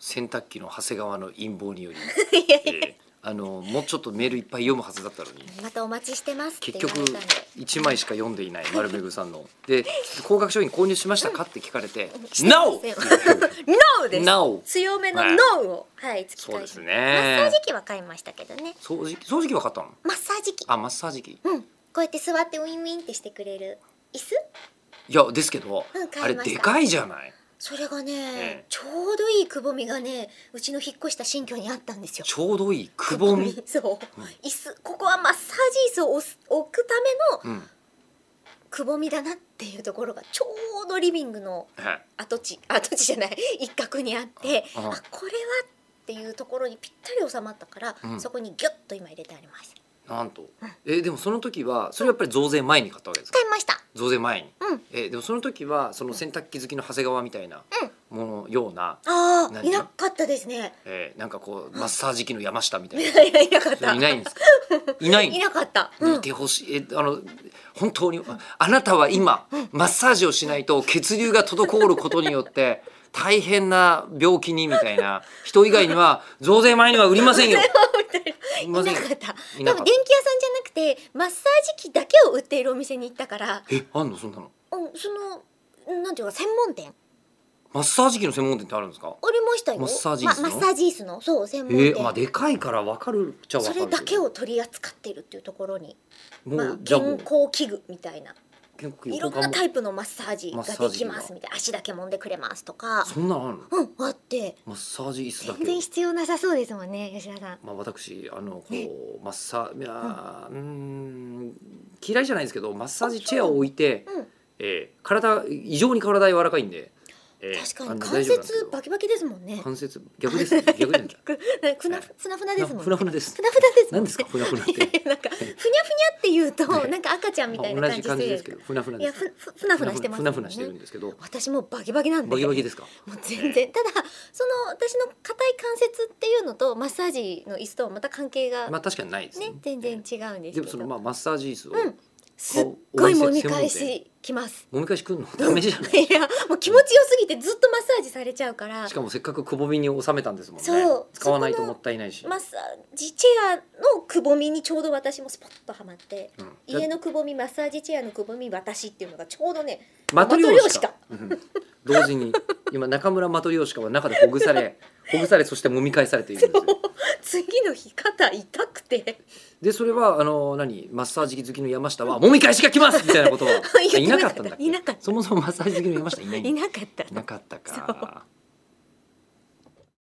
洗濯機の長谷川の陰謀により、 いやいえーあのもうちょっとメールいっぱい読むはずだったのにやまたお待ちしてますって結言局われたんで1枚しか読んでいない丸めぐさんので高額商品購入しましたかって聞かれ て「してま NO!」せん NO です NO 強めのはい NO をはい突きそう返でしすてマッサーねジ機は買いましたけどね掃除機掃除機は買ったのマッサージ機あマッサージ機うんこうやって座ってウィンウィンってしてくれる椅子いやですけど、うん買あいれましたでかいじゃないそれがね、ええちょうどいいくぼみがねうちの引っ越した新居にあったんですよちょうどいいくぼみそう、椅子ここはマッサージ椅子を押す置くためのうんくぼみだなっていうところがちょうどリビングのはい跡地 跡地じゃない一角にあってあああこれはっていうところにぴったり収まったから、うんそこにギュッと今入れてありますなんとえでもその時はそれやっぱり増税前に買ったわけですか使いました増税前にうんえでもその時はその洗濯機好きの長谷川みたいなものような、ああ何いなかったですね えーなんかこうマッサージ機の山下みたいいなやいやいなかった人いないんです かいないのいなかった、うん 見てほしい、えあの本当にあなたは今マッサージをしないと血流が滞ることによって大変な病気にみたいな人以外には増税前には売りませ んよ。売りいまなせんよかったい多なかった分電気屋さんじゃなくてマッサージ機だけを売っているお店に行ったから、えあんのそんなのうん、そのなんていうか専門店マッサージ機の専門店ってあるんですかありましたよマッサージ椅ま子のマッサージ椅子のそう専え門店、ーまあでかいから分かるっちゃ分かそるけどれだけを取り扱っているっていうところに、もう、まあ、じゃあも健う康器具みたいな結構い横ろん看なもタイプのマッサージマができッサーまジすみたいな足だけ揉んでくれますとかそんなのあるのうんあってマッサージ椅子だ全け然必要なさそうですもんね吉田さんまあ、私あのこうマッサージいやーうーん嫌いじゃないんですけどマッサージチェアを置いて、うんえー体異常に体柔らかいんで、えー確あのかに大関丈夫なんですけ節どバキバキですもんね関節逆 ですね逆なんじゃふ なふなふなですもんふねなふなですふなふなですも何んねですかふなふなっいやいて やなんかふにゃふにゃって言うとねなんか赤ちゃんみまたいなあ同じ感感じじでですけどふなふないでやすふふふなふなしてますふもなんふねなしてるんですけど私もバキバキなんでバキバキですかもう全然ただその私の硬い関節っていうのとマッサージの椅子とはまた関係がまねあ確かにないですね全然違うんでですもけそのどまあマッサージ椅子を、うんすっごいお店揉み専門返店しきます揉み返しくんのダメじゃない いやもう気持ちよすぎてずっとマッサージされちゃうからしかもせっかくくぼみに収めたんですもんねそう使わないとそこものったいないし、マッサージチェアのくぼみにちょうど私もスポッとはまってうん家のくぼみマッサージチェアのくぼみ私っていうのがちょうどねマトリョーシカマ。うん同時に今中村マトリョーシカは中でほぐさ れほぐされそして揉み返されているんですよ次の日肩痛くてでそれはあの何マッサージ好きの山下は揉み返しが来ますみ たいなことはあい言ってななかかっったたんだっけ いなかったそもそもマッサージ好きの山下いないいいなかったなかったか